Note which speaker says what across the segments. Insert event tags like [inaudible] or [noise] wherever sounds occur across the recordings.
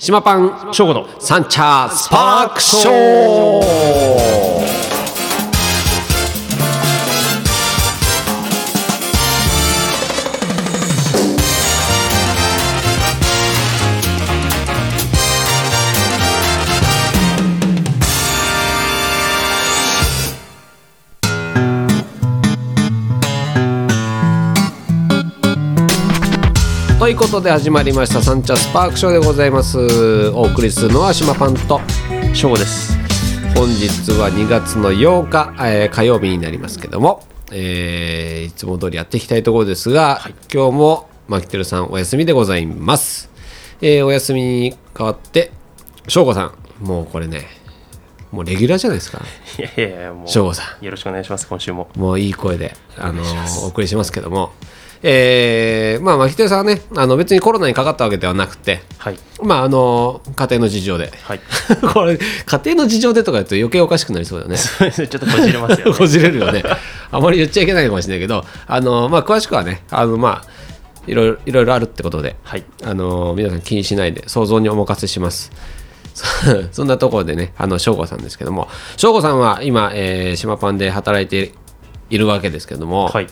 Speaker 1: 島パン
Speaker 2: 翔吾の
Speaker 1: サンチャースパークショーということで始まりましたサンチャースパークショーでございますお送りするのは島パンと
Speaker 2: 翔吾です
Speaker 1: 本日は2月の8日、えー火曜日になりますけども、えーいつも通りやっていきたいところですが、今日もマキテルさんお休みでございます、えーお休みに代わって翔吾さんもうこれねもうレギュラーじゃないですか
Speaker 2: いやいやいやもう
Speaker 1: 省吾さ
Speaker 2: んよろしくお願いします今週も
Speaker 1: もういい声で、あのお送りしますけどもえーまあマキテルさんはねあの別にコロナにかかったわけではなくて
Speaker 2: はい
Speaker 1: まああの家庭の事情で
Speaker 2: はい
Speaker 1: [laughs]
Speaker 2: [laughs]
Speaker 1: これ家庭の事情でとか言うと余計おかしくなりそうだよね
Speaker 2: ちょっとこじれますよ、
Speaker 1: [laughs]
Speaker 2: ね、
Speaker 1: こじれるよね。あまり言っちゃいけないのかもしれないけど、あのまあ、詳しくはね、あのまあ、いろいろいろいろあるってことで、
Speaker 2: はい
Speaker 1: あの皆さん気にしないで、想像にお任せします。 [laughs] そそんなところでね、あの翔吾さんですけども、翔吾さんは今、えー、島パンで働いているわけですけども、
Speaker 2: はい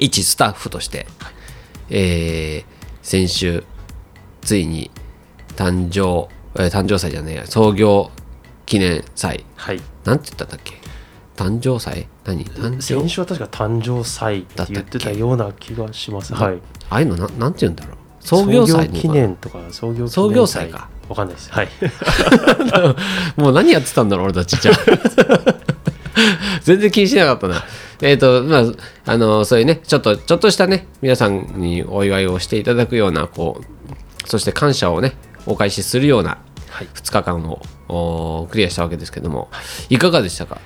Speaker 1: 一スタッフとして、えー先週、ついに誕生、えー誕生祭じゃねえや、創業記念祭
Speaker 2: はい
Speaker 1: なんて言ったんだっけ誕生祭何誕生
Speaker 2: 先週は確か誕生祭って言ってたような気がしますはい
Speaker 1: ああいうのななんて言うんだろう創業祭
Speaker 2: 創
Speaker 1: の
Speaker 2: 記念とか創業記念祭
Speaker 1: 創業祭か
Speaker 2: わかんないですはい
Speaker 1: もう何やってたんだろう俺たちじゃあ全然気にしなかったなえっ、とまああのそういうねちょっとちょっとしたね皆さんにお祝いをしていただくようなこうそして感謝をねお返しするような
Speaker 2: はい
Speaker 1: 2日間をおクリアしたわけですけどもいかがでしたか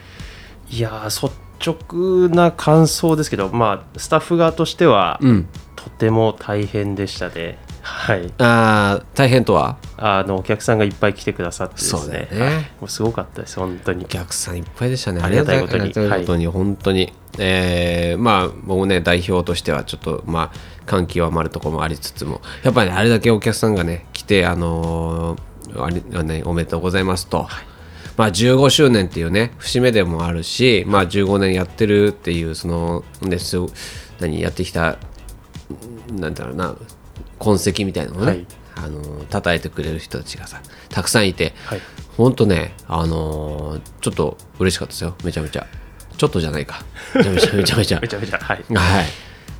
Speaker 2: いやー率直な感想ですけどまあスタッフ側としては、
Speaker 1: うん
Speaker 2: とても大変でしたねはい
Speaker 1: あー大変とは
Speaker 2: あのお客さんがいっぱい来てくださってですね
Speaker 1: そうだよね
Speaker 2: はいもうすごかったです本当に
Speaker 1: お客さんいっぱいでしたね。
Speaker 2: ありがたいことに
Speaker 1: ありがたいことに、本当に。えーまあ、僕もね、代表としては、ちょっと、まあ、感極まるところもありつつも、やっぱり、ね、あれだけお客さんがね、来て、あのーあれあのね、おめでとうございますと。まあ、15周年っていうね節目でもあるし、まあ、15年やってるっていうそのです何やってきたなんだろうな痕跡みたいなのをね、
Speaker 2: はい
Speaker 1: あの叩いてくれる人たちがさたくさんいて、
Speaker 2: はい
Speaker 1: ほんとねあのーちょっと嬉しかったですよめちゃめちゃちょっとじゃないかめちゃめち
Speaker 2: [laughs]
Speaker 1: ゃめちゃめちゃ
Speaker 2: めちゃめちゃはい
Speaker 1: はい。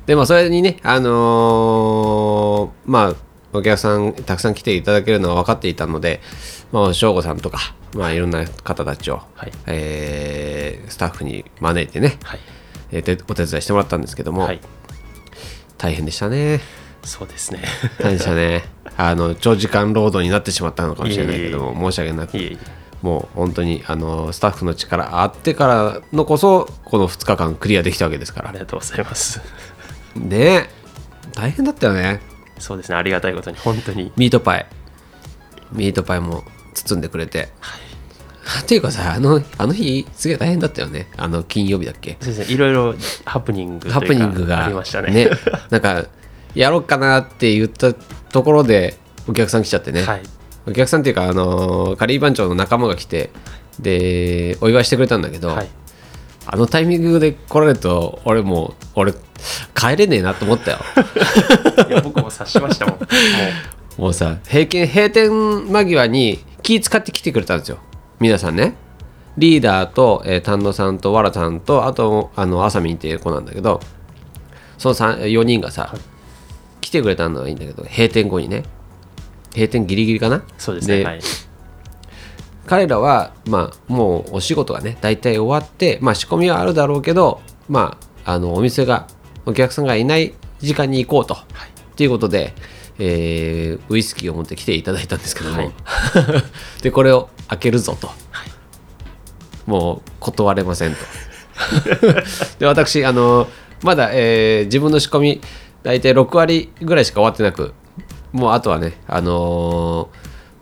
Speaker 1: で、まあ、それにね、あのーまあ、お客さん、たくさん来ていただけるのは分かっていたので、まあ、省吾さんとか、まあ、いろんな方たちを、
Speaker 2: はい
Speaker 1: えースタッフに招いてね、
Speaker 2: はい
Speaker 1: えーてお手伝いしてもらったんですけども、
Speaker 2: はい
Speaker 1: 大変でしたね。
Speaker 2: そうですね [laughs]
Speaker 1: 大変でしたね。あの、長時間労働になってしまったのかもしれないけども、申し訳なく
Speaker 2: いえいえ
Speaker 1: もう本当にあのスタッフの力あってからのこそこの2日間クリアできたわけですから
Speaker 2: ありがとうございます
Speaker 1: ね大変だったよね
Speaker 2: そうですねありがたいことに本当に
Speaker 1: ミートパイミートパイも包んでくれて、っていうかさあのあの日すげえ大変だったよねあの金曜日だっけ
Speaker 2: そうですねいろいろハプニングというか
Speaker 1: ハプニングが
Speaker 2: ありましたね
Speaker 1: なんかやろうかなって言ったところでお客さん来ちゃってね、
Speaker 2: はい
Speaker 1: お客さんっていうかあのーカリー番長の仲間が来てでお祝いしてくれたんだけど、
Speaker 2: はい
Speaker 1: あのタイミングで来られると俺もう俺帰れねえなと思ったよ
Speaker 2: いや僕も察しました
Speaker 1: [laughs]
Speaker 2: もんもう
Speaker 1: もうさ閉店閉店間際に気使って来てくれたんですよ皆さんねリーダーと、えー丹野さんとわらさんとあとあのあさみんっていう子なんだけどその4人がさ、来てくれたのはいいんだけど閉店後にね閉店ギリギリかな
Speaker 2: そうですねはい
Speaker 1: 彼らは、まあ、もうお仕事がね大体終わって、まあ、仕込みはあるだろうけど、まあ、あのお店がお客さんがいない時間に行こうと。っていうことで、えーウイスキーを持ってきていただいたんですけども、
Speaker 2: はい
Speaker 1: [laughs] でこれを開けるぞと、もう断れませんと。 [laughs] で私あのまだ、えー自分の仕込み大体6割ぐらいしか終わってなくもうあとはねあの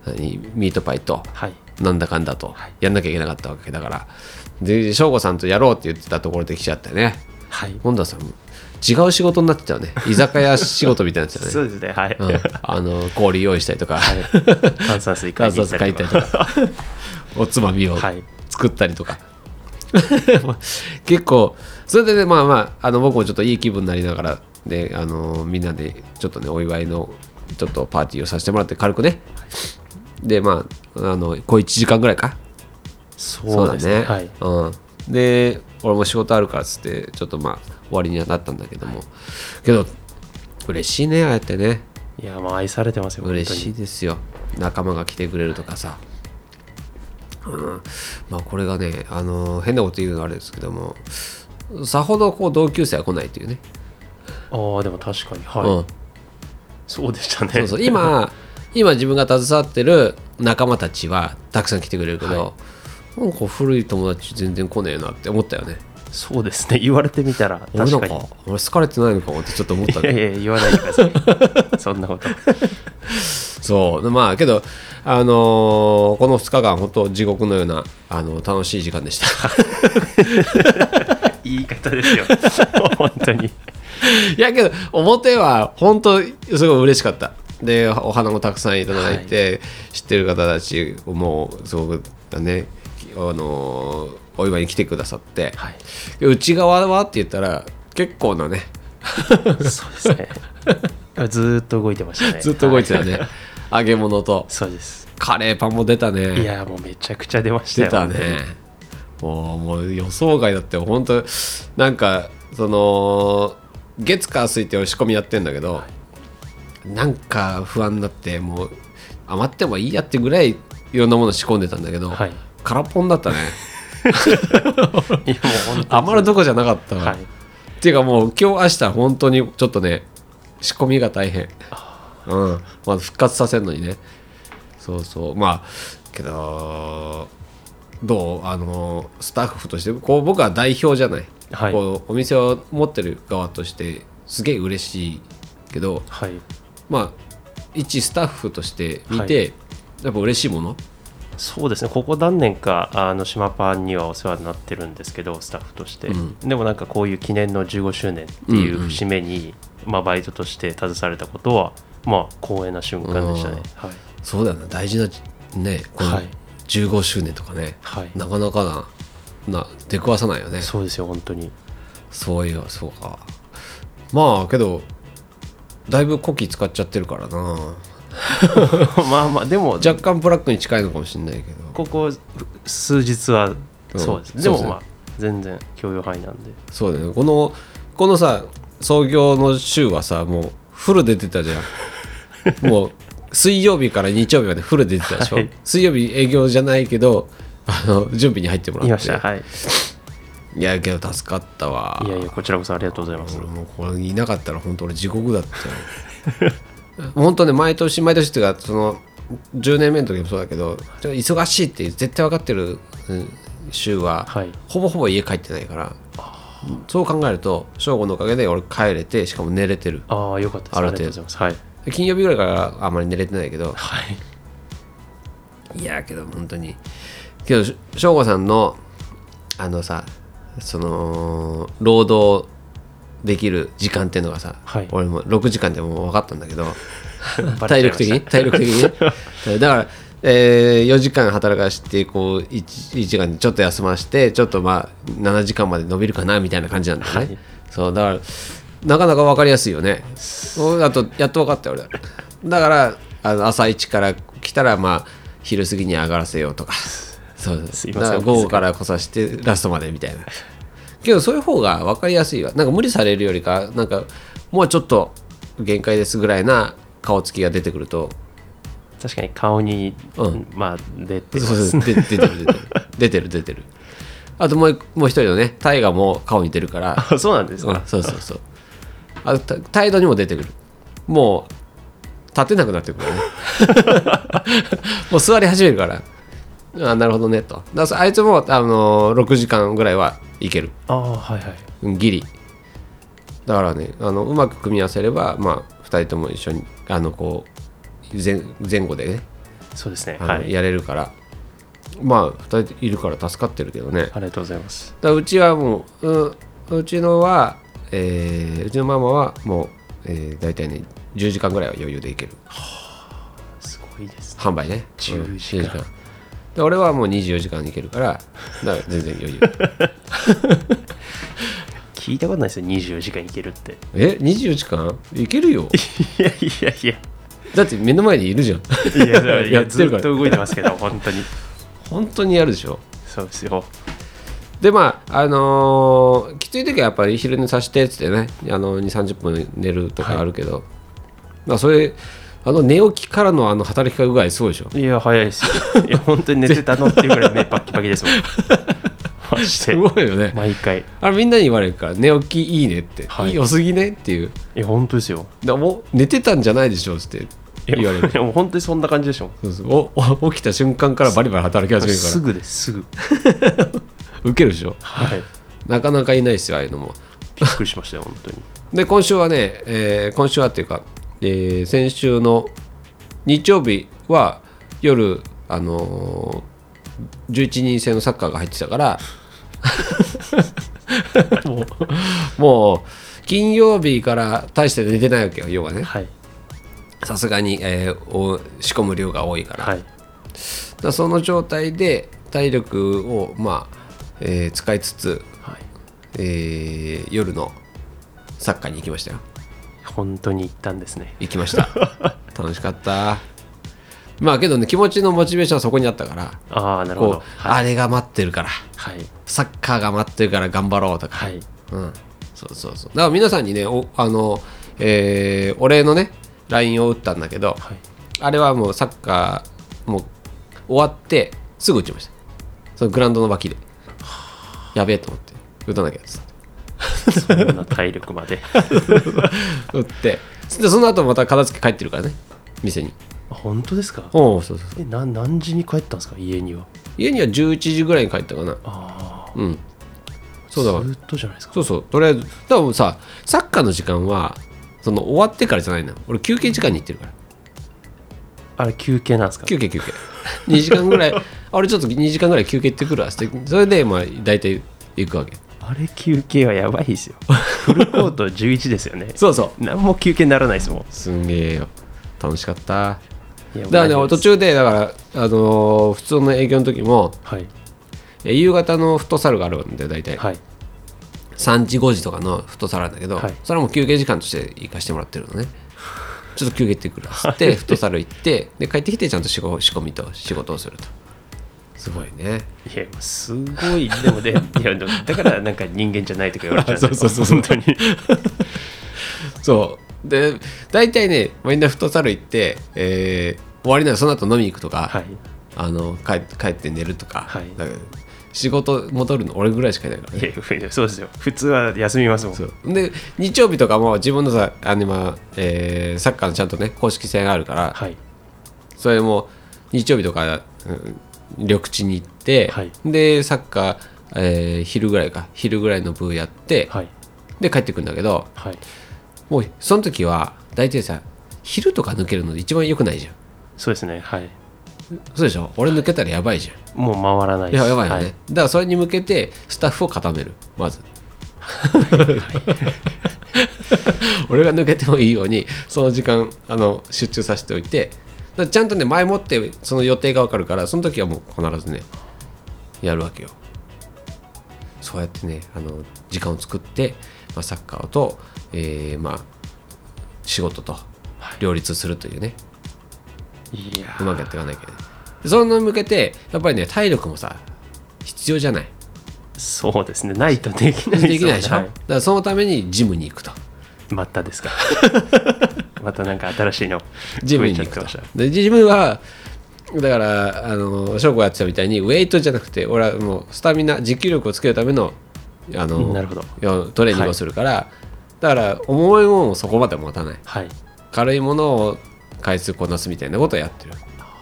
Speaker 1: ー何ミートパイと
Speaker 2: はい
Speaker 1: なんだかんだとやんなきゃいけなかったわけだからで省吾さんとやろうって言ってたところで来ちゃってね
Speaker 2: はい
Speaker 1: 本田さん違う仕事になってたよね居酒屋仕事みたいになってた
Speaker 2: そ
Speaker 1: ね
Speaker 2: うですねはい、
Speaker 1: うん、あの氷用意したりとか、
Speaker 2: 炭酸水
Speaker 1: ガ
Speaker 2: 買
Speaker 1: ー
Speaker 2: い
Speaker 1: サー
Speaker 2: に行っ
Speaker 1: ズ
Speaker 2: た
Speaker 1: 書い
Speaker 2: り
Speaker 1: た
Speaker 2: と
Speaker 1: り
Speaker 2: か
Speaker 1: とか
Speaker 2: [laughs]
Speaker 1: おつまみを
Speaker 2: はい
Speaker 1: 作ったりとか [laughs] 結構それでねまあまああの僕もちょっといい気分になりながらであのみんなでちょっとねお祝いのちょっとパーティーをさせてもらって軽くねでまああの小1時間ぐらいか
Speaker 2: そうですねはい、
Speaker 1: うん、で俺も仕事あるからっつってちょっとまあ終わりにはなったんだけども、けど嬉しいねああやってね
Speaker 2: いやもう愛されてますよ本当に
Speaker 1: 嬉しいですよ仲間が来てくれるとかさ、うん、まあこれがねあの変なこと言うのあれですけどもさほどこう同級生は来ないというね、
Speaker 2: ああでも確かにはい、
Speaker 1: うん、
Speaker 2: そうでしたね
Speaker 1: そうそう今今自分が携わってる仲間たちはたくさん来てくれるけど、なんか古い友達全然来ねえなって思ったよね
Speaker 2: そうですね言われてみたら
Speaker 1: 俺な
Speaker 2: 確
Speaker 1: ん
Speaker 2: か
Speaker 1: か
Speaker 2: に
Speaker 1: 俺好かれてないのかもってちょっと思った
Speaker 2: いや
Speaker 1: ね
Speaker 2: い [laughs] や言わないでください
Speaker 1: [laughs]
Speaker 2: そんなこと [laughs]
Speaker 1: そうまあけどあのーこの2日間本当地獄のようなあの楽しい時間でした
Speaker 2: 言い方ですよ [laughs] 本当に
Speaker 1: いやけど表は本当すごい嬉しかったでお花もたくさんいただいて、知ってる方たちもすごくねあのーお祝いに来てくださって、
Speaker 2: はい
Speaker 1: で内側はって言ったら結構な
Speaker 2: [laughs]
Speaker 1: ね
Speaker 2: そうですねずーっと動いてましたね
Speaker 1: ずっと動いて
Speaker 2: は
Speaker 1: たね、揚げ物と
Speaker 2: そうです
Speaker 1: カレーパンも出たね
Speaker 2: いやもうめちゃくちゃ出ました
Speaker 1: 出
Speaker 2: よ
Speaker 1: たねもうもう予想外だって本当なんかその月火水って押し込みやってんだけど、なんか不安になってもう余ってもいいやってぐらいいろんなもの仕込んでたんだけど、
Speaker 2: はい
Speaker 1: 空っぽにだ
Speaker 2: [laughs]
Speaker 1: ったね
Speaker 2: いやもう本当
Speaker 1: 余るとこじゃなかったわ、
Speaker 2: はい
Speaker 1: っていうかもう今日明日本当にちょっとね仕込みが大変うんまあ復活させるのにねそうそうまあけどどうあのスタッフとしてこう僕は代表じゃない、
Speaker 2: はい
Speaker 1: こうお店を持ってる側としてすげえ嬉しいけど
Speaker 2: はい
Speaker 1: まあ一スタッフとして見て、やっぱ嬉しいもの
Speaker 2: そうですねここ何年かあの島パンにはお世話になってるんですけどスタッフとして、
Speaker 1: ん
Speaker 2: でもなんかこういう記念の15周年っていう節目に、まあ、バイトとして携われたことはまあ光栄な瞬間でしたねはい
Speaker 1: そうだよな大事なねこの
Speaker 2: はい
Speaker 1: 15周年とかね、
Speaker 2: はい
Speaker 1: なかなかなな出くわさないよね
Speaker 2: そうですよ本
Speaker 1: [laughs]
Speaker 2: 当に
Speaker 1: そういやそうかまあけどだいぶコキ使っちゃってるからな
Speaker 2: まあまあでも
Speaker 1: 若干ブラックに近いのかもしれないけど
Speaker 2: ここ数日は
Speaker 1: うん
Speaker 2: そうです、
Speaker 1: そ
Speaker 2: で
Speaker 1: うで
Speaker 2: も
Speaker 1: すね
Speaker 2: まあ全然共用範囲なんで
Speaker 1: そうだよねこのこのさ創業の週はさもうフルで出てたじゃ
Speaker 2: [laughs]
Speaker 1: んもう水曜日から日曜日までフルで出てたでしょ、
Speaker 2: はい
Speaker 1: 水曜日営業じゃないけどあの準備に入ってもらって
Speaker 2: いましたはい
Speaker 1: いやけど助かったわ
Speaker 2: いやいやこちらこそありがとうございます
Speaker 1: 俺もうこれいなかったら本当俺地獄だったよ [laughs] 本当ね毎年毎年っていうかその10年目の時もそうだけどちょっと忙しいって絶対分かってるうん週は、
Speaker 2: はい
Speaker 1: ほぼほぼ家帰ってないからそう考えると正午のおかげで俺帰れてしかも寝れてる
Speaker 2: ああよかったです
Speaker 1: あ
Speaker 2: あ
Speaker 1: る程
Speaker 2: りが
Speaker 1: 度
Speaker 2: とうございますはい
Speaker 1: 金曜日ぐらいからあんまり寝れてないけど
Speaker 2: はい
Speaker 1: いやけど本当にけどし省吾さんのあのさその労働できる時間っていうのがさ、
Speaker 2: はい
Speaker 1: 俺も6時間でもう分かったんだ
Speaker 2: [laughs]
Speaker 1: けど
Speaker 2: バレ
Speaker 1: 体
Speaker 2: ちゃいま
Speaker 1: 力
Speaker 2: し
Speaker 1: 的
Speaker 2: た [laughs]
Speaker 1: に体力的にねだから、え4時間働かしてこう 1, 時間ちょっと休ましてちょっとまあ7時間まで伸びるかなみたいな感じなんだよね、
Speaker 2: はい
Speaker 1: そうだからなかなか分かりやすいよねおあとやっと分かったよ俺だからあの朝一から来たらまあ昼過ぎに上がらせようとかそう
Speaker 2: すいません
Speaker 1: だから午後から来させてラストまでみたいなけどそういう方が分かりやすいわなんか無理されるよりかなんかもうちょっと限界ですぐらいな顔つきが出てくると
Speaker 2: 確かに顔に、
Speaker 1: うん
Speaker 2: まあ出てま
Speaker 1: そう
Speaker 2: す
Speaker 1: そうで出てる出てる出てる出てるあともう一もう一人のね大河も顔似てるから
Speaker 2: あ [laughs] そうなんです
Speaker 1: うん
Speaker 2: か、
Speaker 1: そうそうそうあた態度にも出てくるもう立てなくなってくる
Speaker 2: [laughs]
Speaker 1: よねもう座り始めるからあなるほどねとだからあいつも、あのー6時間ぐらいはいける
Speaker 2: ああはいはい
Speaker 1: うんギリだからねあのうまく組み合わせればまあ2人とも一緒にあのこう前前後でね
Speaker 2: そうですね
Speaker 1: あの
Speaker 2: はい
Speaker 1: やれるからまあ2人いるから助かってるけどね
Speaker 2: ありがとうございます
Speaker 1: だからうちはもう、うん、うちのは、えーうちのママはもう、えー、大体ね10時間ぐらいは余裕でいける
Speaker 2: すごいですね
Speaker 1: 販売ね
Speaker 2: 10時間
Speaker 1: うんで俺はもう24時間いけるからだから全然余裕
Speaker 2: 聞いたことないですよ24時間いけるって [laughs]
Speaker 1: え24時間いけるよ
Speaker 2: いやいやいや
Speaker 1: だって目の前にいるじゃん
Speaker 2: いやだからい
Speaker 1: や
Speaker 2: や
Speaker 1: って
Speaker 2: ず
Speaker 1: る
Speaker 2: っ
Speaker 1: から
Speaker 2: と動いてますけど本当に
Speaker 1: 本当にやるでしょ
Speaker 2: そうですよ
Speaker 1: でまああのーきつい時はやっぱり昼寝させてっつってねあの2 3 0分寝るとかあるけど、まあそれあの寝起きからのあの働き方具合すごいでしょ
Speaker 2: いや早いですよいや本当に寝てたのっていうぐらい目パッキパキですもん [laughs] マジ
Speaker 1: す
Speaker 2: で
Speaker 1: ごいよね
Speaker 2: 毎回い
Speaker 1: あれみんなに言われるから寝起きいいねって、
Speaker 2: はい
Speaker 1: い、良すぎねっていう
Speaker 2: や本当ですよ
Speaker 1: だもう寝てたんじゃないでしょうって
Speaker 2: いや
Speaker 1: 言われる
Speaker 2: いやもう本当にそんな感じでしょ
Speaker 1: そうそうおお起きた瞬間からバリバリ働き始める
Speaker 2: す
Speaker 1: か
Speaker 2: ぐですすぐ
Speaker 1: らウケるでしょ
Speaker 2: はい
Speaker 1: なかなかいないですよああいうのも
Speaker 2: びっくりしましたよ本当に
Speaker 1: で今週はね、えー今週はっていうか、えー先週の日曜日は夜、あのー11人制のサッカーが入ってたから [laughs] もうもう金曜日から大して寝てないわけよ要はね
Speaker 2: はい
Speaker 1: さすがに、えーお仕込む量が多いから,、
Speaker 2: はい
Speaker 1: その状態で体力を、まあえー使いつつ、
Speaker 2: はい
Speaker 1: えー夜のサッカーに行きましたよ
Speaker 2: 本当に行ったんですね
Speaker 1: 行きました [laughs] 楽しかったまあけどね気持ちのモチベーションはそこにあったから
Speaker 2: ああなるほ
Speaker 1: こう
Speaker 2: ど、はい
Speaker 1: あれが待ってるから
Speaker 2: はい
Speaker 1: サッカーが待ってるから頑張ろうとか、
Speaker 2: はい
Speaker 1: うんそうそうそうだから皆さんにねおあの、えーお礼のね LINE を打ったんだけど、
Speaker 2: はい
Speaker 1: あれはもうサッカーもう終わってすぐ打ちましたそのグラウンドの脇でやべえと思って打たなきゃっつって
Speaker 2: そんな体力まで [laughs]
Speaker 1: 打ってでその後また片付け帰ってるからね店に
Speaker 2: あ本当ですか
Speaker 1: おおそうそう
Speaker 2: えな何時に帰ったんですか家には
Speaker 1: 家には11時ぐらいに帰ったかな
Speaker 2: ああ
Speaker 1: うんそうだわ
Speaker 2: ずっとじゃないですか
Speaker 1: そうそうとりあえず多分さサッカーの時間はその終わってからじゃないな俺休憩時間に行ってるから
Speaker 2: あれ休憩なんですか
Speaker 1: 休憩休
Speaker 2: [laughs]
Speaker 1: 憩2時間ぐらいあ俺ちょっと2時間ぐらい休憩行ってくるわってそれでまあ大体行くわけ
Speaker 2: あれ休憩はやばいですよフルコート11ですよね
Speaker 1: そうそう
Speaker 2: 何も休憩にならないですも
Speaker 1: すんげえよ楽しかった
Speaker 2: んいや
Speaker 1: だからね
Speaker 2: マジ
Speaker 1: 途
Speaker 2: で
Speaker 1: 中でだからあのー普通の営業の時も
Speaker 2: はい
Speaker 1: え夕方のフットサルがあるんで大体
Speaker 2: はい
Speaker 1: 3時5時とかのフットサルなんだけど、
Speaker 2: はい
Speaker 1: それはもう休憩時間として行かしてもらってるのねちょっと休憩行ってくるっつってフットサル行ってで帰ってきてちゃんと仕事仕込みと仕事をするとすごいね
Speaker 2: いやすごいでもねいやでもだからなんか人間じゃないとか言われちゃうん [laughs] です
Speaker 1: そう
Speaker 2: よ
Speaker 1: そうそう
Speaker 2: 本当に
Speaker 1: そうで大体ねみんなフットサル行って、えー終わりならその後飲み行くとか、
Speaker 2: はい
Speaker 1: あの帰帰って寝るとか,、
Speaker 2: はい
Speaker 1: だから仕事戻るの俺ぐらいしかいないからね
Speaker 2: いやいや [laughs] そうですよ普通は休みますもん
Speaker 1: そうで日曜日とかも自分のさあの今、えーサッカーのちゃんとね公式戦があるから、
Speaker 2: はい
Speaker 1: それも日曜日とか、うん緑地に行って、
Speaker 2: はい
Speaker 1: でサッカー、えー昼ぐらいか昼ぐらいの部やって、
Speaker 2: はい
Speaker 1: で帰ってくるんだけど
Speaker 2: はい
Speaker 1: もうその時は大体さ昼とか抜けるの一番良くないじゃん
Speaker 2: そうですねはい
Speaker 1: そうでしょ俺抜けたらやばいじゃん、
Speaker 2: もう回らない
Speaker 1: い、
Speaker 2: です
Speaker 1: ややばいよね、だ
Speaker 2: は
Speaker 1: からそれに向けてスタッフを固めるま
Speaker 2: [laughs]
Speaker 1: ず俺が抜けてもいいようにその時間あの集中させておいてだからちゃんとね前もってその予定が分かるからその時はもう必ずねやるわけよそうやってねあの時間を作って、まあ、サッカーと、えーまあ仕事と両立するというね、
Speaker 2: い、いや
Speaker 1: うまくやっていかなきゃいけないでそのに向けてやっぱりね体力もさ必要じゃない
Speaker 2: そうですねないとできないすもんね
Speaker 1: できないでしょ、
Speaker 2: は
Speaker 1: だからそのためにジムに行くと
Speaker 2: またですか
Speaker 1: [laughs]
Speaker 2: またなんか新しいの
Speaker 1: ジムに行
Speaker 2: 増え
Speaker 1: く
Speaker 2: ちゃ
Speaker 1: と
Speaker 2: ってまし
Speaker 1: でジムはだからあの翔子がやってたみたいにウェイトじゃなくて俺はもうスタミナ持久力をつけるためのあの
Speaker 2: なるほど
Speaker 1: 要はトレーニングをするから、だから重いものもそこまで持たない
Speaker 2: たはい
Speaker 1: 軽いものを回数こなすみたいなことをやってる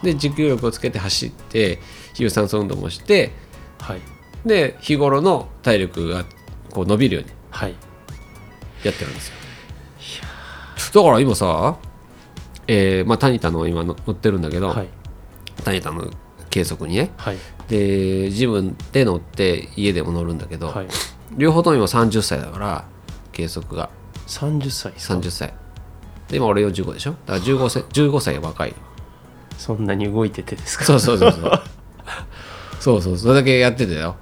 Speaker 1: で持久力をつけて走って有酸素運動もして
Speaker 2: はい
Speaker 1: で日頃の体力がこう伸びるように
Speaker 2: はい
Speaker 1: やってるんですよだから今さえーまあ、タニタの今の乗ってるんだけど、
Speaker 2: はい
Speaker 1: タニタの計測にね
Speaker 2: はい
Speaker 1: で自分で乗って家でも乗るんだけど、
Speaker 2: はい
Speaker 1: 両方とも今30歳だから計測が
Speaker 2: 30歳
Speaker 1: 30歳で今俺45でしょだから15歳
Speaker 2: [laughs]
Speaker 1: ,15 歳若い
Speaker 2: そんなに動いててですか
Speaker 1: そうそうそうそう
Speaker 2: [laughs]
Speaker 1: そうそうそれだけやってたよ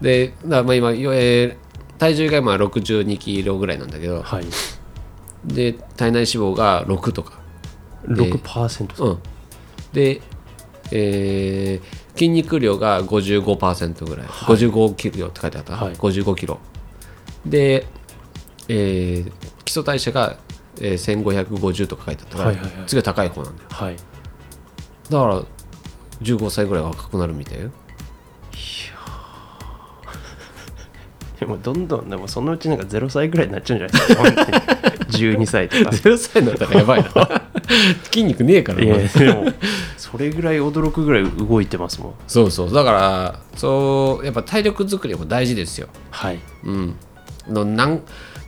Speaker 1: でだからまあ今、えー体重が今62キロぐらいなんだけど
Speaker 2: はい
Speaker 1: で体内脂肪が6とか
Speaker 2: 6%
Speaker 1: うんで、えー筋肉量が55%ぐらい、55キロって書いてあった、
Speaker 2: はい
Speaker 1: 55キロで、えー基礎代謝が、えー1550とか書いてあったから、
Speaker 2: はいはいはい
Speaker 1: 次は高い方なんだよ
Speaker 2: はい
Speaker 1: だから15歳ぐらい若くなるみた
Speaker 2: [laughs]
Speaker 1: いよ
Speaker 2: でもどんどんでもそのうちなんか0歳ぐらいになっちゃうんじゃないですか本当
Speaker 1: [laughs]
Speaker 2: に12歳とか
Speaker 1: 0歳になったらやばいな
Speaker 2: [laughs]
Speaker 1: 筋肉ねえから
Speaker 2: い
Speaker 1: な
Speaker 2: やでもそれぐらい驚くぐらい動いてますもん
Speaker 1: そうそうだからそうやっぱ体力作りも大事ですよ
Speaker 2: はい
Speaker 1: うん、のなん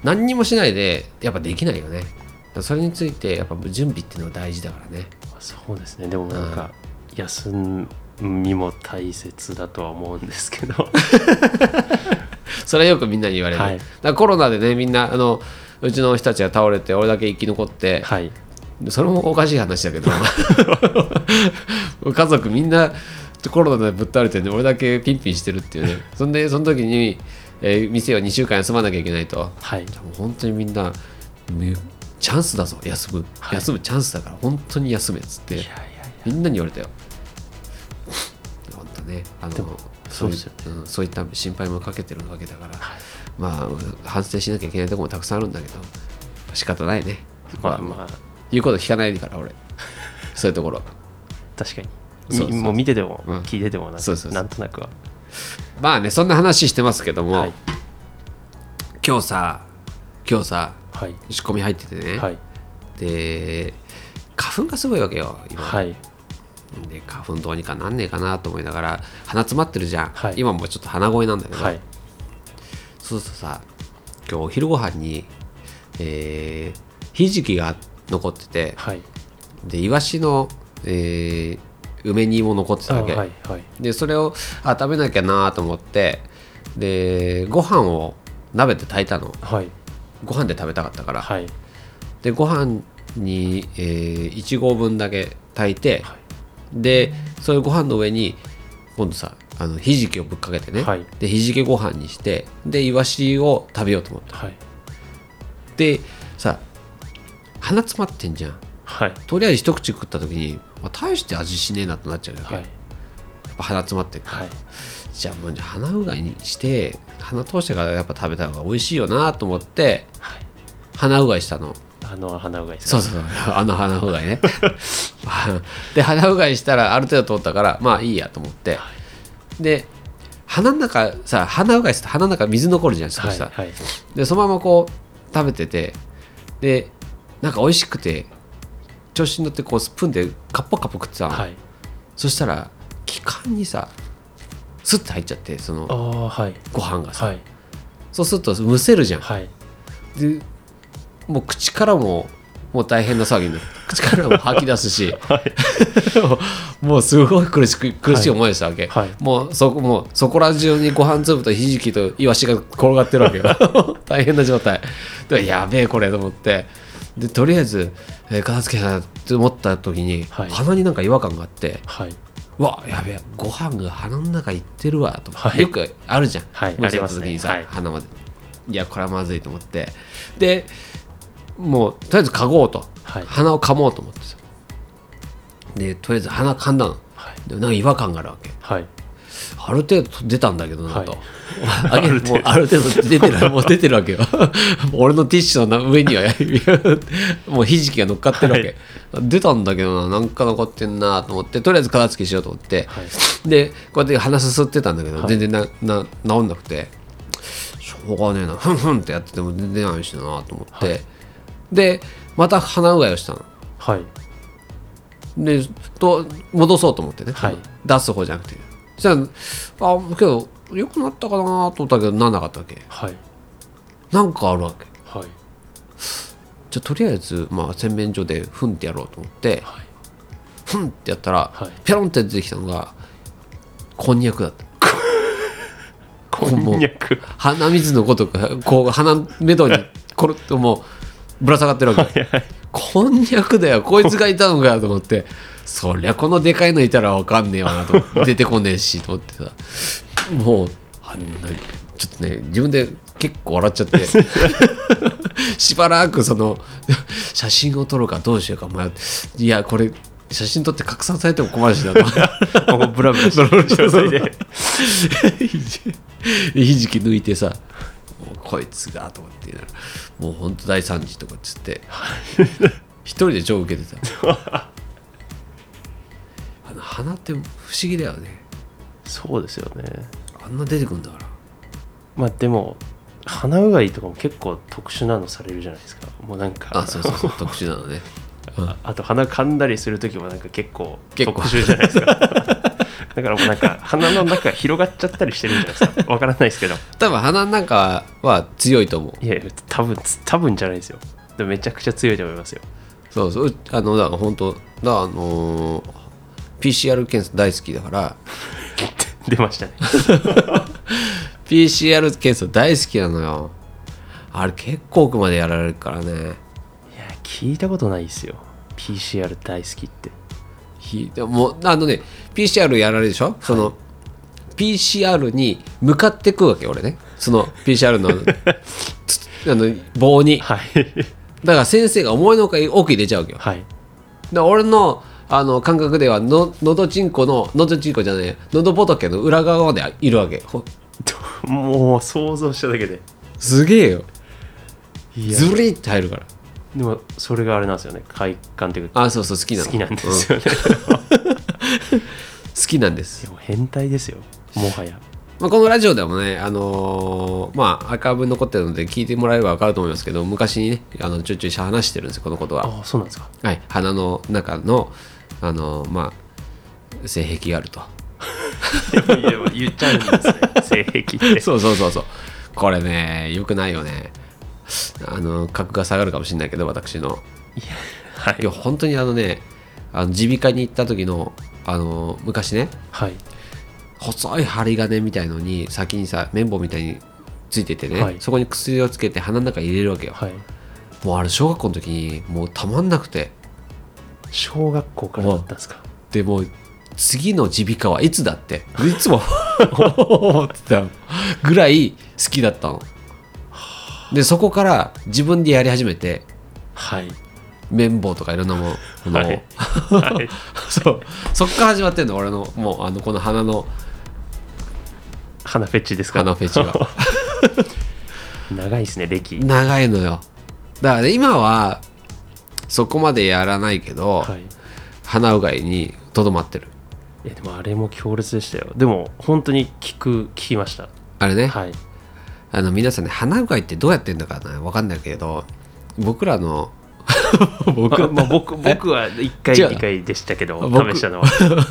Speaker 1: 何にもしないでやっぱできないよねだからそれについてやっぱ準備っていうのは大事だからね
Speaker 2: そうですねでもなんか休みも大切だとは思うんで
Speaker 1: [laughs]
Speaker 2: すけど
Speaker 1: それはよくみんなに言われる、
Speaker 2: はい
Speaker 1: だからコロナでねみんなあのうちの人たちが倒れて俺だけ生き残って、
Speaker 2: はい
Speaker 1: それもおかしい話だけど [laughs] 家族みんなコロナでぶっ倒れてるんで俺だけピンピンしてるっていうねそんでその時に、えー店を2週間休まなきゃいけないと
Speaker 2: はい
Speaker 1: もう本当にみんなめチャンスだぞ休む、
Speaker 2: はい
Speaker 1: 休むチャンスだから本当に休めっつって
Speaker 2: いやいや
Speaker 1: みんなに言われたよ。本当ね、あの
Speaker 2: でも
Speaker 1: そうい
Speaker 2: そう
Speaker 1: うんそういった心配もかけてるわけだから、まあうん反省しなきゃいけないところもたくさんあるんだけど仕方ないね。
Speaker 2: まあまあ
Speaker 1: 言うこと聞かないから俺 [laughs] そういうところ。
Speaker 2: 確かに
Speaker 1: そうそう
Speaker 2: みもう見てても
Speaker 1: うん
Speaker 2: 聞いててもなんか
Speaker 1: そうそうそう
Speaker 2: なんとなくは
Speaker 1: まあねそんな話してますけども、
Speaker 2: はい
Speaker 1: 今日さ今日さ
Speaker 2: はい
Speaker 1: 仕込み入っててね、
Speaker 2: はい
Speaker 1: で花粉がすごいわけよ今、
Speaker 2: はい
Speaker 1: で花粉どうにかなんねえかなと思いながら鼻詰まってるじゃん、
Speaker 2: はい
Speaker 1: 今もちょっと鼻声なんだけど、
Speaker 2: はい
Speaker 1: そうするとさ今日お昼ご飯にえーひじきが残ってて
Speaker 2: はい
Speaker 1: でイワシの、えー梅煮も残って
Speaker 2: あ
Speaker 1: たわけ、
Speaker 2: はいはい
Speaker 1: でそれをあ食べなきゃなと思ってでご飯を鍋で炊いたの
Speaker 2: はい
Speaker 1: ご飯で食べたかったから、
Speaker 2: はい
Speaker 1: でご飯に、え1合分だけ炊いて、
Speaker 2: はい
Speaker 1: でそういうご飯の上に今度さあのひじきをぶっかけてね、
Speaker 2: はい
Speaker 1: でひじきご飯にしてでイワシを食べようと思った
Speaker 2: はい
Speaker 1: でさ鼻詰まってんじゃん
Speaker 2: はい
Speaker 1: とりあえず一口食った時に、まあ、大して味しねえなとなっちゃうよ、
Speaker 2: はい
Speaker 1: やっぱ鼻詰まってるから、
Speaker 2: はい
Speaker 1: じゃあもう鼻うがいにして鼻通してからやっぱ食べた方が美味しいよなと思って
Speaker 2: はい
Speaker 1: 鼻うがいしたの
Speaker 2: あの鼻うがいです
Speaker 1: そうそうそう [laughs] あの鼻うがいね [laughs] で鼻うがいしたらある程度通ったからまあいいやと思って、で鼻の中さ鼻うがいしたら鼻の中水残るじゃん少
Speaker 2: はい
Speaker 1: しさ、
Speaker 2: はい
Speaker 1: でそのままこう食べててでなんか美味しくて調子に乗ってこうスプーンでカッポカッポ食ってたの、
Speaker 2: はい
Speaker 1: そしたら気管にさスッて入っちゃってそ
Speaker 2: あ
Speaker 1: の
Speaker 2: あはい
Speaker 1: ご飯がさ、
Speaker 2: はい
Speaker 1: そうするとむせるじゃん
Speaker 2: はい
Speaker 1: でもう口からももう大変な騒ぎになる口からも吐き出すし、 [laughs] もうすごい苦しく苦しい思いをしたわけ、
Speaker 2: はい
Speaker 1: もうそこもうそこら中にご飯粒とひじきとイワシが転がってるわけ
Speaker 2: [laughs]
Speaker 1: よ大変な状態でやべえこれと思ってでとりあえず、えー片付けなって思った時に、
Speaker 2: はい
Speaker 1: 鼻になんか違和感があって
Speaker 2: はい
Speaker 1: 「うわやべえご飯が鼻の中いってるわ」と、
Speaker 2: はい
Speaker 1: よくあるじゃん、
Speaker 2: はい
Speaker 1: 無理
Speaker 2: あり
Speaker 1: やっ
Speaker 2: ま
Speaker 1: た
Speaker 2: す
Speaker 1: 時
Speaker 2: ね
Speaker 1: にさ、
Speaker 2: はい
Speaker 1: 鼻までいやこれはまずいと思ってでもうとりあえず嗅ごうと、
Speaker 2: はい
Speaker 1: 鼻を噛もうと思ってさでとりあえず鼻噛んだの
Speaker 2: はい
Speaker 1: でもなんか違和感があるわけ
Speaker 2: はい
Speaker 1: ある程度出たんだけどなと、
Speaker 2: はい
Speaker 1: [laughs] あげるもうある程度出て
Speaker 2: [laughs]
Speaker 1: るもう出てるわけよ [laughs] もう俺のティッシュの上には [laughs] もうひじきが乗っかってるわけ、出たんだけどななんか残ってんなと思ってとりあえず片付けしようと思って、
Speaker 2: はい
Speaker 1: でこうやって鼻すすってたんだけど、
Speaker 2: はい
Speaker 1: 全然なな治んなくてしょうがねえなふんふんってやってても全然ないしなと思って、でまた鼻うがいをしたの
Speaker 2: はい
Speaker 1: でと戻そうと思ってね、
Speaker 2: はい
Speaker 1: 出す方じゃなくてじゃああけど良くなったかなと思ったけどなんなかったわけ
Speaker 2: はい
Speaker 1: なんかあるわけ
Speaker 2: はい
Speaker 1: じゃあとりあえず、まあ、洗面所でふんってやろうと思って、
Speaker 2: はい
Speaker 1: ふんってやったら、
Speaker 2: はい
Speaker 1: ピャロンって出てきたのがこんにゃくだった
Speaker 2: こん
Speaker 1: うもう
Speaker 2: こんにゃく
Speaker 1: 鼻水のごとくこう鼻目どにころっともうぶら下がってるわけこんにゃくだよこいつがいたのかと思ってそりゃこのでかいのいたらわかんねえわなと思って出てこねえしと思ってさもうあんなちょっとね自分で結構笑っちゃって [laughs] しばらくその写真を撮るかどうしようか迷っていやこれ写真撮って拡散されても困るしなと思って。
Speaker 2: [laughs] もうブラ
Speaker 1: [laughs]
Speaker 2: ブラしてる状 [laughs] 態で
Speaker 1: ひじき抜いてさもうこいつがと思って言いながらもうほんと大惨事とかっつって一人で超受けてた [laughs] あの鼻って不思議だよね
Speaker 2: そうですよね
Speaker 1: あんな出てくんだから
Speaker 2: まあでも鼻うがいとかも結構特殊なのされるじゃないですかもうなんか
Speaker 1: あそうそうそう特殊なのね
Speaker 2: [laughs] あと鼻噛んだりする時もなんか結構
Speaker 1: 結
Speaker 2: 特
Speaker 1: 構
Speaker 2: 殊じゃないですか [laughs] だからもうなんか鼻の中広がっちゃったりしてるじゃないです [laughs] かわからないですけど
Speaker 1: 多分鼻なんかは強いと思う
Speaker 2: いやいや多分多分じゃないですよでもめちゃくちゃ強いと思いますよ
Speaker 1: そうそうあのだから本当だからあのー PCR 検査大好きだから
Speaker 2: 出ましたね
Speaker 1: PCR 検査大好きなのよあれ結構奥までやられるからね
Speaker 2: いや聞いたことないですよ PCR 大好きって
Speaker 1: ひでもあのね PCR やられるでしょ、その PCR に向かってくわけ俺ねその PCR のつ [laughs] あの棒に
Speaker 2: はい
Speaker 1: だから先生が思いのほか奥入れちゃうわけよだか
Speaker 2: はい
Speaker 1: ら俺のあの感覚ではののどちんこののどちんこじゃないのど仏の裏側までいるわけほ
Speaker 2: ともう想像しただけです
Speaker 1: げえよ
Speaker 2: いや
Speaker 1: ずりって入るから
Speaker 2: でもそれがあれなんですよね快感というか
Speaker 1: あそうそう好きなの
Speaker 2: 好きなんで
Speaker 1: うん
Speaker 2: すよね、
Speaker 1: 好きなんです
Speaker 2: [laughs] でも変態ですよもはや
Speaker 1: まあ、このラジオでもね、あのーまあ、アーカイブに残ってるので聞いてもらえば分かると思いますけど昔にねあのちょいちょい話してるんですよこのことは、
Speaker 2: ああそうなんですか
Speaker 1: はい、鼻の中の、あのーまあ、性癖があると
Speaker 2: いや言っちゃうんです [laughs] ね性癖って
Speaker 1: そうそうそうそうこれねよくないよねあの格が下がるかもしれないけど私の
Speaker 2: はい
Speaker 1: や本当にあのねあの耳鼻科に行った時の、あのー昔ね
Speaker 2: はい
Speaker 1: 細い針金みたいのに先にさ綿棒みたいについててね、
Speaker 2: はい
Speaker 1: そこに薬をつけて鼻の中に入れるわけよ、
Speaker 2: はい
Speaker 1: もうあれ小学校の時にもうたまんなくて
Speaker 2: 小学校からだったんですか
Speaker 1: でもう次の耳鼻科はいつだっていつも思ってたぐらい好きだったのでそこから自分でやり始めて
Speaker 2: はい
Speaker 1: 綿棒とかいろんなもの
Speaker 2: は
Speaker 1: を
Speaker 2: いはい
Speaker 1: [laughs] そうそっから始まってんの俺のもうあのこの鼻の
Speaker 2: 鼻フェチですか
Speaker 1: 鼻フェチが
Speaker 2: [laughs] 長いですね歴
Speaker 1: 長いのよだからね今はそこまでやらないけど、
Speaker 2: はい
Speaker 1: 鼻うがいにとどまってる
Speaker 2: いやでもあれも強烈でしたよでも本当に聞く聞きました
Speaker 1: あれね、
Speaker 2: はい
Speaker 1: あの皆さんね鼻うがいってどうやってんだかな分かんないけど僕ら
Speaker 2: [laughs]
Speaker 1: の僕
Speaker 2: 僕,、 [laughs] まあ、僕僕は一回
Speaker 1: 違う
Speaker 2: 二回でしたけど
Speaker 1: 僕
Speaker 2: 試したのは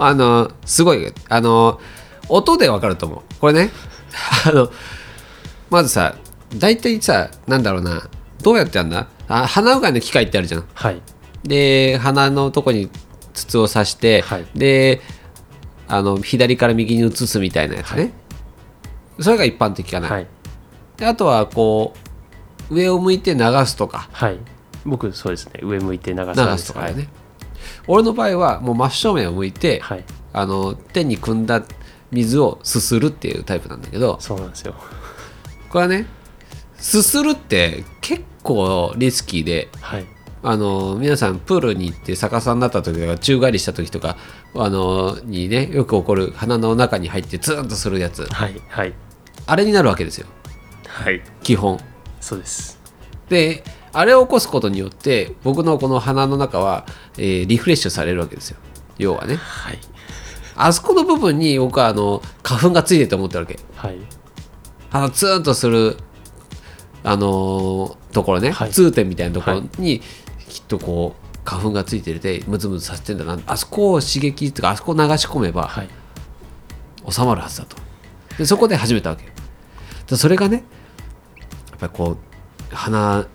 Speaker 1: あのすごいあの音で分かると思うこれねあのまずさ大体さなんだろうなどうやってやんだあ鼻うがいの機械ってあるじゃん
Speaker 2: はい
Speaker 1: で鼻のとこに筒を刺して、
Speaker 2: はい
Speaker 1: であの左から右に移すみたいなやつね、それが一般的かな、
Speaker 2: はい
Speaker 1: であとはこう上を向いて流すとか
Speaker 2: はい僕そうですね上向いて流す
Speaker 1: 流すとかね、俺の場合はもう真正面を向いて、
Speaker 2: はい、はい、
Speaker 1: あの手に汲んだ水をすするっていうタイプなんだけど
Speaker 2: そうなんですよ
Speaker 1: これはねすするって結構リスキーで
Speaker 2: はい
Speaker 1: あの皆さんプールに行って逆さになった時とか宙返りした時とかあのにねよく起こる鼻の中に入ってツーンとするやつ
Speaker 2: はいはい
Speaker 1: あれになるわけですよ
Speaker 2: はい
Speaker 1: 基本
Speaker 2: そうです
Speaker 1: であれを起こすことによって僕のこの鼻の中は、えーリフレッシュされるわけですよ要はね
Speaker 2: はい
Speaker 1: あそこの部分に僕はあの花粉がついてると思ってるわけ
Speaker 2: はい
Speaker 1: あのツーンとするあのーところね、
Speaker 2: はい
Speaker 1: 通点みたいなところに、きっとこう花粉がついててムズムズさせてんだなあそこを刺激とかあそこを流し込めば
Speaker 2: はい
Speaker 1: 収まるはずだとでそこで始めたわけでそれがねやっぱりこう鼻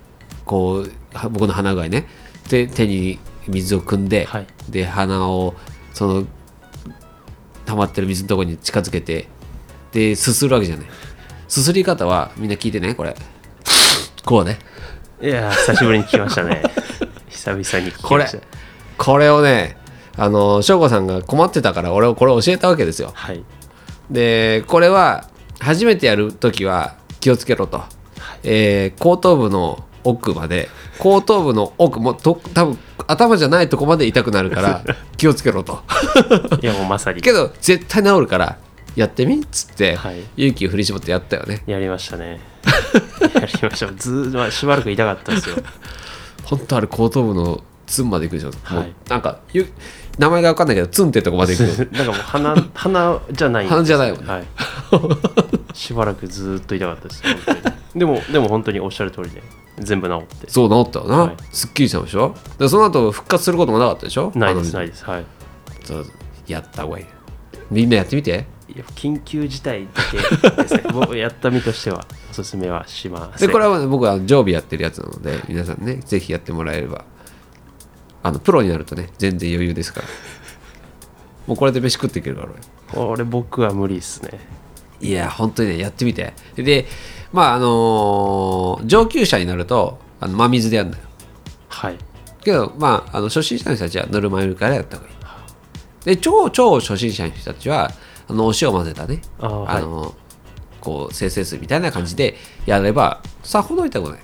Speaker 1: こうは僕の鼻がねで手に水を汲んで、
Speaker 2: はい
Speaker 1: で鼻をその溜まってる水のところに近づけてってすするわけじゃないすすり方はみんな聞いてね
Speaker 2: [laughs]
Speaker 1: これこうね
Speaker 2: いやー久しぶりに聞きました [laughs] ね久々に聞きました
Speaker 1: これこれをねあの翔吾さんが困ってたから俺をこれを教えたわけですよ
Speaker 2: はい
Speaker 1: でこれは初めてやる時は気をつけろと、えー後頭部の奥まで後頭部の奥もと多分頭じゃないとこまで痛くなるから
Speaker 2: [laughs]
Speaker 1: 気をつけろと
Speaker 2: いやもうまさに
Speaker 1: けど絶対治るからやってみっつって、
Speaker 2: はい
Speaker 1: 勇気を振り絞ってやったよね
Speaker 2: やりましたねやりましたずーまあしばらく痛かったですよ
Speaker 1: 本当あれ後頭部のツンまで行くでしょ、
Speaker 2: はい
Speaker 1: もうなんかゆ名前が分かんないけどツンってとこまで行く
Speaker 2: [laughs] なんかもう鼻鼻じゃない
Speaker 1: 鼻じゃないもんね
Speaker 2: はい、 [laughs] しばらくずーっと痛かったです本当にでもでも本当におっしゃる通りで全部治って
Speaker 1: そう治ったよな、
Speaker 2: はい
Speaker 1: すっきりしたでしょでその後復活することもなかったでしょ
Speaker 2: ないです
Speaker 1: あの
Speaker 2: ないですはい
Speaker 1: そうやった方がいいみんなやってみて
Speaker 2: いや緊急事態だけですね僕やった身としてはおすすめはしませ
Speaker 1: で
Speaker 2: ん
Speaker 1: これは僕は常備やってるやつなので皆さんねぜひやってもらえればあのプロになるとね全然余裕ですからもうこれで飯食っていけるから俺
Speaker 2: これ僕は無理ですね
Speaker 1: いや本当にねやってみてでまああのー上級者になるとあの真水でやるんだよ
Speaker 2: はい
Speaker 1: けどまああの初心者の人たちはぬるま湯からやった方がいいで超超初心者の人たちはあのお塩混ぜたね
Speaker 2: あーはい
Speaker 1: あのこう生成水みたいな感じでやればさほど痛くない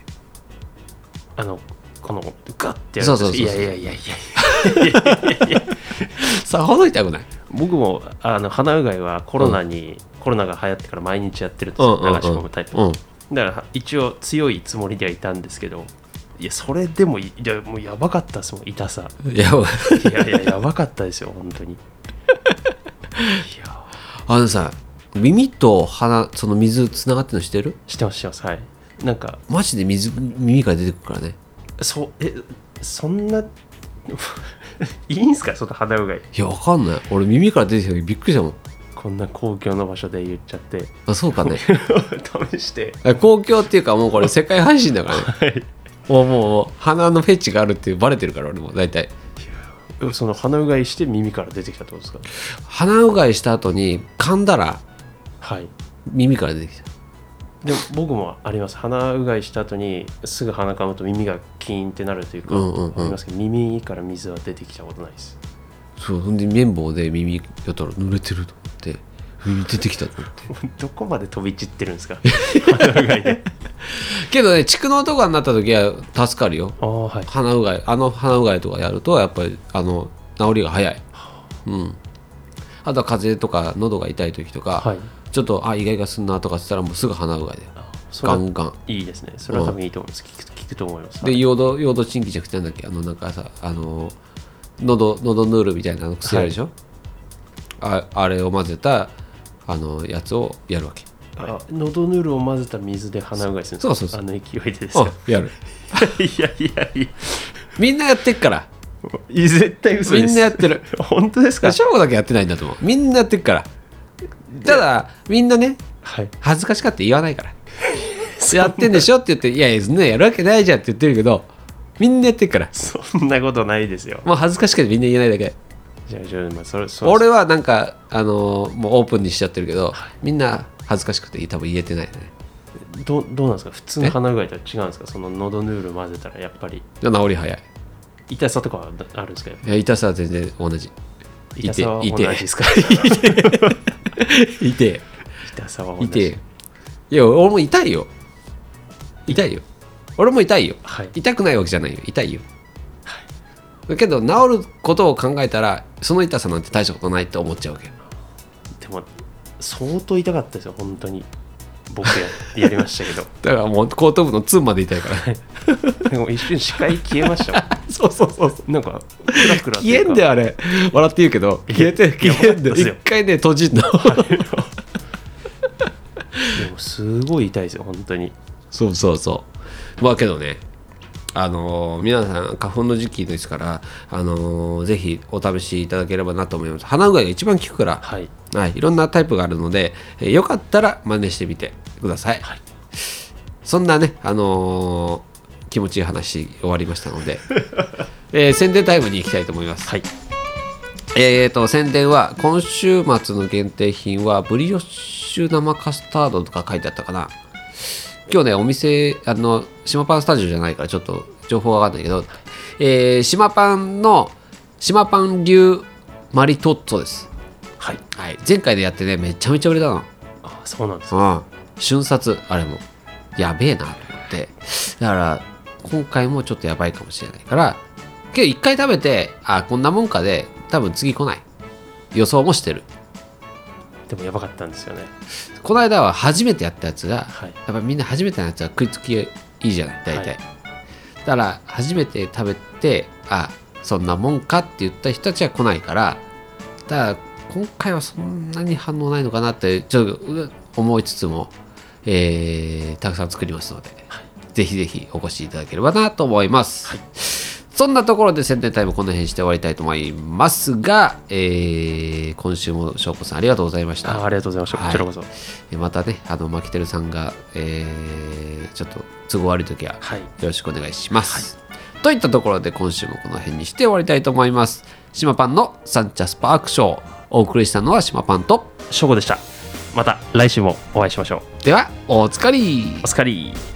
Speaker 2: あのこのガッてやる
Speaker 1: そうそうそうそう
Speaker 2: やいやいやいや
Speaker 1: さほど痛くない
Speaker 2: 僕もあの鼻うがいはコロナに、コロナが流行ってから毎日やってると流し込むタイプ、
Speaker 1: うん
Speaker 2: だから一応強いつもりではいたんですけどいやそれでもいいやもうやばかったですもん痛 [laughs] さ
Speaker 1: いや [laughs]
Speaker 2: いやいややばかったですよ本当にいや
Speaker 1: あのさ耳と鼻その水つながってるのしてる
Speaker 2: してますしてますはいなんか
Speaker 1: マジで水耳から出てくるからね
Speaker 2: そえそんな [laughs] いいんすかその鼻うがい
Speaker 1: いやわかんない俺耳から出てきた時びっくりしたもん
Speaker 2: こんな公共の場所で言っちゃって
Speaker 1: あそうかね
Speaker 2: [laughs] 試して
Speaker 1: 公共っていうかもうこれ世界配信だからねもうもうもう鼻のフェチがあるっていうバレてるから俺も大体
Speaker 2: その鼻うがいして耳から出てきたってことです
Speaker 1: 鼻うがいした後に噛んだら
Speaker 2: かはい
Speaker 1: 耳から出てきた
Speaker 2: でも僕もあります鼻うがいした後にすぐ鼻かむと耳がキーンってなるというか、
Speaker 1: うんうんうん
Speaker 2: ありますけど耳から水は出てきたことないです
Speaker 1: そうほんで綿棒で耳やったら濡れてると思って耳出てきたと思って
Speaker 2: [laughs] どこまで飛び散ってるんです [laughs] か鼻うがいで
Speaker 1: けどね蓄能とかになった時は助かるよ
Speaker 2: ああはい
Speaker 1: 鼻うがいあの鼻うがいとかやるとやっぱりあの治りが早い、うん、あとは風邪とか喉が痛い時とか、
Speaker 2: はい
Speaker 1: ちょっとあ意外がすんなとかって言ったらもうすぐ鼻うがいだよ
Speaker 2: あそれ
Speaker 1: ガ
Speaker 2: は
Speaker 1: ンガン
Speaker 2: いいですねそれは多分いいと思います、聞く聞くと思います
Speaker 1: で用土用土チンキじゃなくてなんだっけあのなんかさあの喉喉ヌールみたいなの薬あるでしょ、ああれを混ぜたあのやつをやるわけ
Speaker 2: あ喉ヌルを混ぜた水で鼻うがいするんです
Speaker 1: そ
Speaker 2: か
Speaker 1: うそうそう
Speaker 2: あの勢いでです
Speaker 1: あ
Speaker 2: か
Speaker 1: やる
Speaker 2: いやいやいや
Speaker 1: みんなやってっから
Speaker 2: いや絶対嘘
Speaker 1: み
Speaker 2: です
Speaker 1: んなやってる
Speaker 2: 本当ですか
Speaker 1: 翔吾だけやってないんだと思うみんなやってっからただみんなね
Speaker 2: はい
Speaker 1: 恥ずかしかって言わない [laughs] からやってんでしょって言って「いやいやそんなやるわけないじゃん」って言ってるけどみんなやってるから
Speaker 2: そんなことないですよ
Speaker 1: もう恥ずかしくてみんな言えないだけ
Speaker 2: じゃあじゃあまあそれそれ
Speaker 1: 俺はなんかあのーもうオープンにしちゃってるけどみんな恥ずかしくて多分言えてないね
Speaker 2: どどうなんですか普通の鼻うがいとは違うんですかその喉ヌール混ぜたらやっぱり
Speaker 1: 治り早い
Speaker 2: 痛さとかはあるんですか
Speaker 1: いや痛さは全然同じ
Speaker 2: 痛さは同
Speaker 1: い
Speaker 2: じ
Speaker 1: て
Speaker 2: ですか
Speaker 1: [laughs] 痛え
Speaker 2: [laughs] 痛さは同じ
Speaker 1: 痛えいや俺も痛いよ痛いよ俺も痛いよ
Speaker 2: はい
Speaker 1: 痛くないわけじゃないよ痛いよだけど治ることを考えたらその痛さなんて大したことないって思っちゃうわけよ
Speaker 2: でも相当痛かったですよ本当に僕ややりましたけ
Speaker 1: だからもう後頭部のツンまで痛いから
Speaker 2: どでも一瞬視界消えましたも
Speaker 1: [laughs] そうそうそうそうん
Speaker 2: なんかクラクラって
Speaker 1: 消
Speaker 2: い
Speaker 1: え
Speaker 2: うんか
Speaker 1: だよあれ笑って言うけど消えて消えんだよ
Speaker 2: いや
Speaker 1: 一回ね閉じんの
Speaker 2: でもすごい痛いですよ本当に
Speaker 1: そうそうそうまあけどねあのー皆さん花粉の時期ですからあのーぜひお試しいただければなと思います鼻うがいが一番効くから
Speaker 2: はい
Speaker 1: はい、いろんなタイプがあるので、えーよかったら真似してみてください、
Speaker 2: はい
Speaker 1: そんなね、あのー気持 [laughs] ちいい話終わりましたので、えー宣伝タイムに行きたいと思います、
Speaker 2: はい
Speaker 1: えー、と宣伝は今週末の限定品はブリオッシュ生カスタードとか書いてあったかな今日ねお店あの島パンスタジオじゃないからちょっと情報わかんないけど、えー、島パンの島パン流マリトッツォです、
Speaker 2: はい
Speaker 1: はい、前回でやってねめちゃめちゃ売れたの
Speaker 2: あそうなんです
Speaker 1: うん瞬殺あれもやべえなと思ってだから今回もちょっとやばいかもしれないからけど一回食べてあこんなもんかで多分次来ない予想もしてる
Speaker 2: でもやばかったんですよね
Speaker 1: この間は初めてやったやつが、
Speaker 2: はい
Speaker 1: やっぱみんな初めてのやつは食いつきいいじゃない大体、
Speaker 2: は
Speaker 1: だ
Speaker 2: い
Speaker 1: から初めて食べてあそんなもんかって言った人たちは来ないからだから今回はそんなに反応ないのかなってちょっとう思いつつも、えーたくさん作りますので、ぜひぜひお越しいただければなと思います、そんなところで宣伝タイムこの辺して終わりたいと思いますが、えー今週も翔子さんありがとうございました
Speaker 2: あありがとうございましたこちらこそ
Speaker 1: はいえまたねあのマキテルさんが、えーちょっと都合悪い時はよ
Speaker 2: はい
Speaker 1: ろしくお願いします、といったところで今週もこの辺にして終わりたいと思います島パンのサンチャスパークショーお送りしたのは島パンと
Speaker 2: 翔吾でしたまた来週もお会いしましょう
Speaker 1: ではおつかり
Speaker 2: おつかりー